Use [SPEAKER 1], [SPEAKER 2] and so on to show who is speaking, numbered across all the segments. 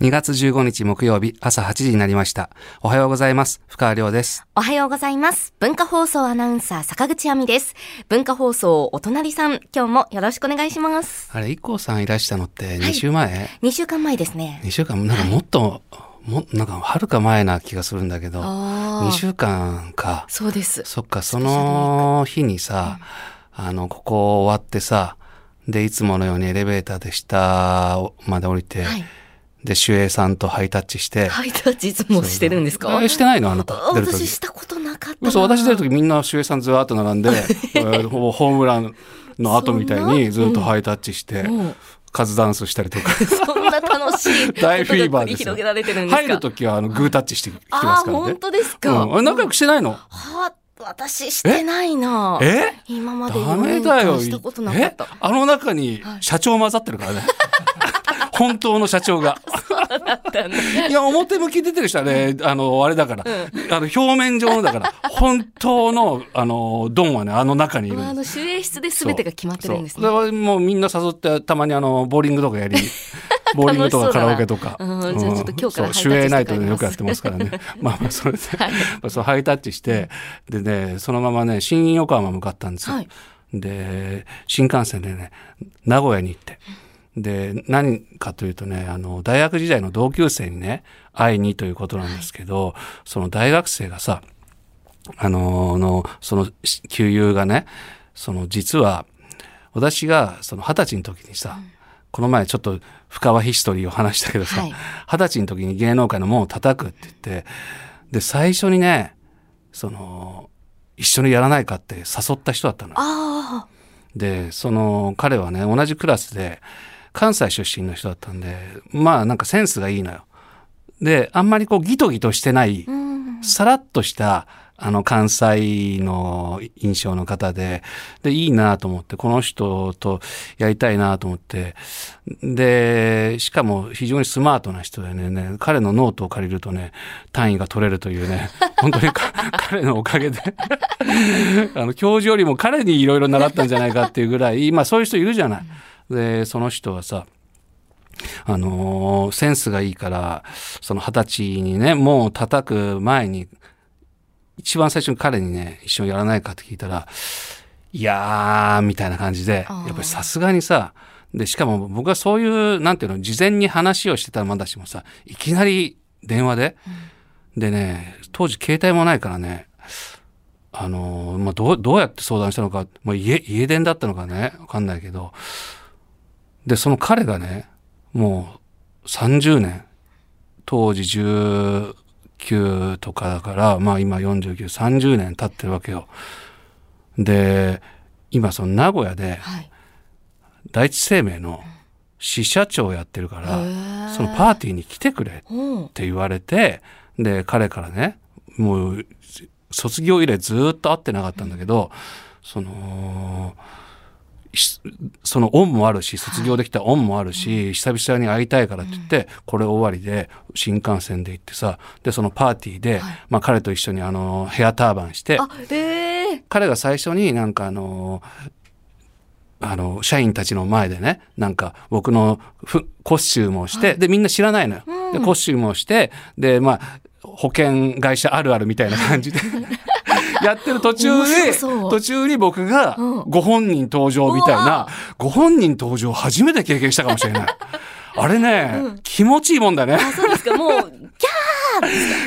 [SPEAKER 1] 2月15日木曜日朝8時になりました。おはようございます。深川亮です。
[SPEAKER 2] おはようございます。文化放送アナウンサー坂口亜美です。文化放送お隣さん、今日もよろしくお願いします。
[SPEAKER 1] あれ、i k さんいらしたのって
[SPEAKER 2] い
[SPEAKER 1] 2週前、
[SPEAKER 2] 2週間前ですね。
[SPEAKER 1] ?2 週間、なんかもっと、も、なんかはるか前な気がするんだけど、
[SPEAKER 2] あ
[SPEAKER 1] 2週間か。
[SPEAKER 2] そうです。
[SPEAKER 1] そっか、その日にさ、あの、ここ終わってさ、で、いつものようにエレベーターで下まで降りて、
[SPEAKER 2] はい。
[SPEAKER 1] で、守衛さんとハイタッチして、
[SPEAKER 2] ハイタッチいつもしてるんですか
[SPEAKER 1] えしてないのあなた。出る時
[SPEAKER 2] 私したことなかったな。
[SPEAKER 1] 嘘、私出るときみんな周平さんずらっと並ん で、えーほぼホームランの後みたいにずっとハイタッチして、
[SPEAKER 2] もう
[SPEAKER 1] カズダンスしたりとか。
[SPEAKER 2] そんな楽しい
[SPEAKER 1] 大フィーバーですよ
[SPEAKER 2] ことが繰り広げられてるんですか
[SPEAKER 1] 入るときはあのグータッチしてきま
[SPEAKER 2] あ
[SPEAKER 1] す
[SPEAKER 2] あ、
[SPEAKER 1] からね
[SPEAKER 2] 本。当ですか。
[SPEAKER 1] うんあれ仲良くしてないの
[SPEAKER 2] は私してないな。
[SPEAKER 1] え
[SPEAKER 2] 今まで
[SPEAKER 1] ダ
[SPEAKER 2] 4
[SPEAKER 1] メ
[SPEAKER 2] 年
[SPEAKER 1] だよ
[SPEAKER 2] 間したことな。かっ
[SPEAKER 1] え
[SPEAKER 2] た。
[SPEAKER 1] あの中に社長混ざってる からね。本当の社長が。
[SPEAKER 2] だったんだ
[SPEAKER 1] いや、表向き出てる人はね、あの、あれだから、あの、表面上のだから、本当の、あの、ドンはね、あの中にいるんです
[SPEAKER 2] まあ、あの、守衛室で全てが決まってるんです
[SPEAKER 1] そ
[SPEAKER 2] ね
[SPEAKER 1] う。それはもうみんな誘ってたまにあのボーリングとか やりボーリングとかカラオケとか、
[SPEAKER 2] 楽しそうだなうんじゃあちょっと今日か
[SPEAKER 1] そう
[SPEAKER 2] らハイタッチ
[SPEAKER 1] 主演ナイト
[SPEAKER 2] して
[SPEAKER 1] で
[SPEAKER 2] 帰ります
[SPEAKER 1] よくやってますからね まあまあそれで、まあそうハイタッチしてでねそのままね新横浜向かったんですよ、
[SPEAKER 2] はい
[SPEAKER 1] で新幹線でね名古屋に行ってで何かというとねあの大学時代の同級生にね会いにということなんですけど、その大学生がさあののそのし旧友がねその実は私がその二十歳の時にさ、この前ちょっと深川ヒストリーを話したけどさ
[SPEAKER 2] は
[SPEAKER 1] 二
[SPEAKER 2] い
[SPEAKER 1] 十、歳の時に芸能界の門を叩くって言ってで最初にねその一緒にやらないかって誘った人だったのよ
[SPEAKER 2] あ
[SPEAKER 1] でその彼はね同じクラスで関西出身の人だったんでまあなんかセンスがいいのよ。であんまりこうギトギトしてない、
[SPEAKER 2] あ、うん。
[SPEAKER 1] さらっとした、あの、関西の印象の方で、で、いいなと思って、この人とやりたいなと思って、で、しかも非常にスマートな人でねね、彼のノートを借りるとね、単位が取れるというね、 本当にか彼のおかげで、 あの、教授よりも彼にいろいろ習ったんじゃないかっていうぐらい、まあそういう人いるじゃない。で、その人はさ、あのーセンスがいいから、その二十歳にね、もう叩く前に、一番最初に彼にね、一緒にやらないかって聞いたら、いやー、みたいな感じで、
[SPEAKER 2] あー
[SPEAKER 1] やっぱりさすがにさ、で、しかも僕はそういう、なんていうの、事前に話をしてたらまだしもさ、いきなり電話で、でね、当時携帯もないからね、あのーまあ、どう、どうやって相談したのか、もう家、家電だったのかね、わかんないけど、で、その彼がね、もう30年、当時19とかだから、まあ今49、30年経ってるわけよ。で、今その名古屋で
[SPEAKER 2] はい。
[SPEAKER 1] 第一生命の支社長やってるか
[SPEAKER 2] へ
[SPEAKER 1] ら、
[SPEAKER 2] ー
[SPEAKER 1] そのパーティーに来てくれっ
[SPEAKER 2] うん。
[SPEAKER 1] て言われて、で、彼からね、もう卒業以来ずっと会ってなかったんだけど、その、しその恩もあるし、卒業できた恩もあるし、久々に会いたいからって言って、これ終わりで新幹線で行ってさ、で、そのパーティーで、まあ彼と一緒にあの、ヘアターバンして、
[SPEAKER 2] あ、ええ
[SPEAKER 1] 彼が最初になんかあの、あの、社員たちの前でね、なんか僕のふコスチュームをして、で、みんな知らないのよ。で、コスチュームをして、で、まあ、保険会社あるあるみたいな感 じで。やってる途中
[SPEAKER 2] 面白
[SPEAKER 1] で、
[SPEAKER 2] そう
[SPEAKER 1] 途中に僕が
[SPEAKER 2] うん
[SPEAKER 1] ご本人登場みたいな、ご本人登場初めて経験したかもしれない。あれね、気持ちいいもんだね。
[SPEAKER 2] あ、そうですか。もう、キ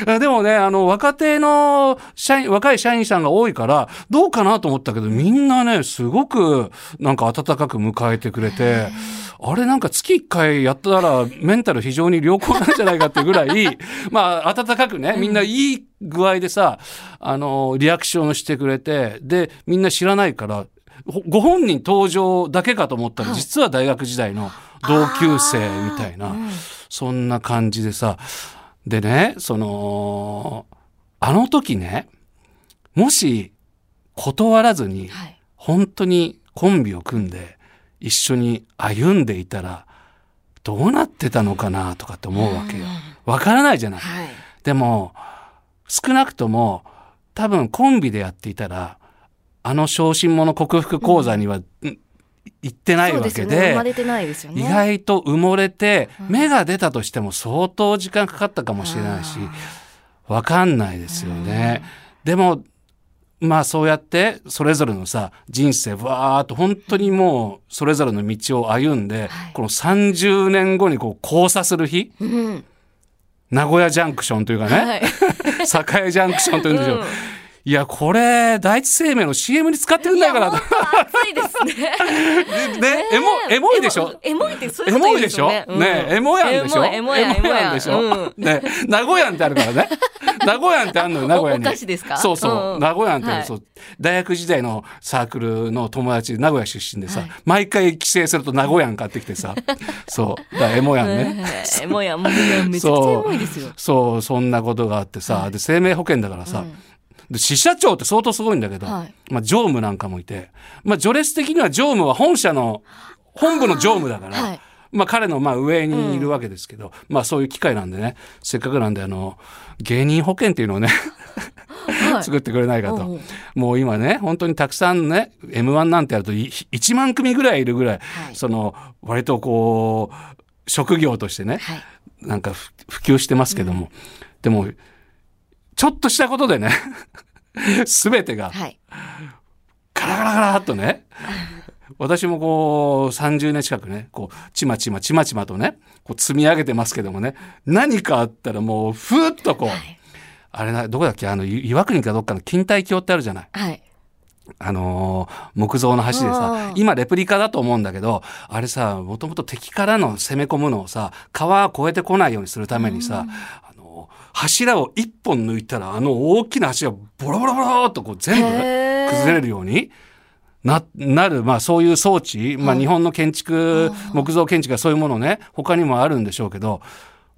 [SPEAKER 1] あ でもね、あの、若手の社員、若い社員さんが多いから、どうかなと思ったけど、みんなね、すごく、なんか温かく迎えてくれて、あれなんか月1回やったら、メンタル非常に良好なんじゃないかってぐらい、 まあ、温かくね、みんないい具合でさ、あの、リアクションしてくれて、で、みんな知らないから、ほご本人登場だけかと思ったら、
[SPEAKER 2] はい
[SPEAKER 1] 実は大学時代の 同級生みたいな。そんな感じでさ。でね、その、あの時ね、もし断らずに
[SPEAKER 2] ャー、はい。
[SPEAKER 1] 本当にコンビを組んで一緒に歩んでいたら、どうなってたのかなとかって思うわけよ。わからないじゃない。
[SPEAKER 2] はい。
[SPEAKER 1] でも、少なくとも、多分コンビでやっていたら、あの小心者克服講座には、うん行ってない
[SPEAKER 2] そう
[SPEAKER 1] わ
[SPEAKER 2] です
[SPEAKER 1] け
[SPEAKER 2] よ
[SPEAKER 1] で
[SPEAKER 2] ね。生まれてないですよね。
[SPEAKER 1] 意外と埋もれて、
[SPEAKER 2] うん
[SPEAKER 1] 芽が出たとしても相当時間かかったか
[SPEAKER 2] か
[SPEAKER 1] もしれないし、わかんないですよね。でも、まあそうやって、それぞれのさ、人生、わーっと本当にもう、それぞれの道を歩んで、
[SPEAKER 2] はい
[SPEAKER 1] この30年後にこう交差する日、
[SPEAKER 2] うん。
[SPEAKER 1] 名古屋ジャンクションというかね、
[SPEAKER 2] い。
[SPEAKER 1] 栄ジャンクションというんでしょう。
[SPEAKER 2] うん
[SPEAKER 1] いや、これ、第一生命の CM に使ってるんだから
[SPEAKER 2] いや、本当暑いですね。
[SPEAKER 1] ね、 エモ、エモいでしょ
[SPEAKER 2] エモエモいってそうい
[SPEAKER 1] エ
[SPEAKER 2] うこと
[SPEAKER 1] モ
[SPEAKER 2] 言う
[SPEAKER 1] い
[SPEAKER 2] ん
[SPEAKER 1] でしょ
[SPEAKER 2] よ
[SPEAKER 1] ねえ、エモやんでしょ
[SPEAKER 2] エモやん、エモやん。
[SPEAKER 1] でしょ
[SPEAKER 2] うん
[SPEAKER 1] ね名古屋んってあるからね。名古屋んってあるのよ、名古屋に。
[SPEAKER 2] おお菓子ですか
[SPEAKER 1] そうそうう。
[SPEAKER 2] ん
[SPEAKER 1] 名古屋んってある、
[SPEAKER 2] はい
[SPEAKER 1] そう。大学時代のサークルの友達、名古屋出身でさ、
[SPEAKER 2] はい
[SPEAKER 1] 毎回帰省すると名古屋ん買ってきて さ、そう。だからエモやんね。
[SPEAKER 2] ねえエモやん、もうめちゃくちゃエモいですよ。
[SPEAKER 1] そう、そんなことがあってさ、で、生命保険だからさ、
[SPEAKER 2] うん
[SPEAKER 1] で支社長って相当すごいんだけど、
[SPEAKER 2] はい
[SPEAKER 1] まあ、常務なんかもいて、まあ、序列的には常務は本社の本部の常務だから、
[SPEAKER 2] あーはい
[SPEAKER 1] まあ、彼のまあ上にいるわけですけど、まあそういう機会なんでねせっかくなんであの芸人保険っていうのをね
[SPEAKER 2] はい
[SPEAKER 1] 作ってくれないかと、
[SPEAKER 2] おうおう
[SPEAKER 1] もう今ね本当にたくさんね m 1なんてやるとい1万組ぐらいいるぐらい、
[SPEAKER 2] はい
[SPEAKER 1] その割とこう職業としてね、
[SPEAKER 2] はい。
[SPEAKER 1] なんかふ普及してますけども、でもちょっとしたことでね 全てが
[SPEAKER 2] はい。
[SPEAKER 1] ガラガラガラっとね私もこう30年近くねこうちまちまちまちまとねこう積み上げてますけどもね何かあったらもうふーっとこう、
[SPEAKER 2] はい
[SPEAKER 1] あれなどこだっけあのい岩国かどっかの錦帯橋ってあるじゃない。
[SPEAKER 2] はい。
[SPEAKER 1] あのー木造の橋で
[SPEAKER 2] あ
[SPEAKER 1] さ
[SPEAKER 2] ー
[SPEAKER 1] 今レプリカだと思うんだけどあれさもともと敵からの攻め込むのをさ川を越えてこないようにするためにさ、あのー柱を一本抜いたらあの大きな柱がボロボロボロっとこう全部
[SPEAKER 2] へー
[SPEAKER 1] 崩れるように。な、なる、まあそういう装置、まあ
[SPEAKER 2] はい
[SPEAKER 1] 日本の建築
[SPEAKER 2] あ、ー
[SPEAKER 1] 木造建築がそういうものね、他にもあるんでしょうけど、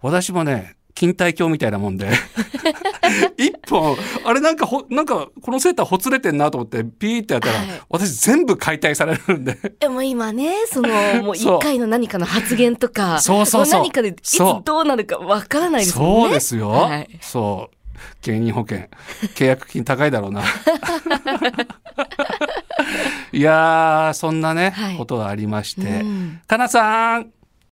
[SPEAKER 1] 私もね、錦帯橋みたいなもん で、一本、あれなんかほ、なんかこのセーターほつれてんなと思って、ピーってやったら、
[SPEAKER 2] はい
[SPEAKER 1] 私全部解体されるんで、
[SPEAKER 2] でも今ね、その、もう
[SPEAKER 1] そう
[SPEAKER 2] 一回の何かの発言とか、
[SPEAKER 1] そうそうそう
[SPEAKER 2] も何かでいつ
[SPEAKER 1] そう
[SPEAKER 2] どうなるかわからないです
[SPEAKER 1] そ
[SPEAKER 2] もんね。
[SPEAKER 1] うですよ。
[SPEAKER 2] はい
[SPEAKER 1] そう。芸人保険。契約金高いだろう な。いやー、そんなね、
[SPEAKER 2] はい
[SPEAKER 1] ことがありまして。
[SPEAKER 2] うん
[SPEAKER 1] かなさん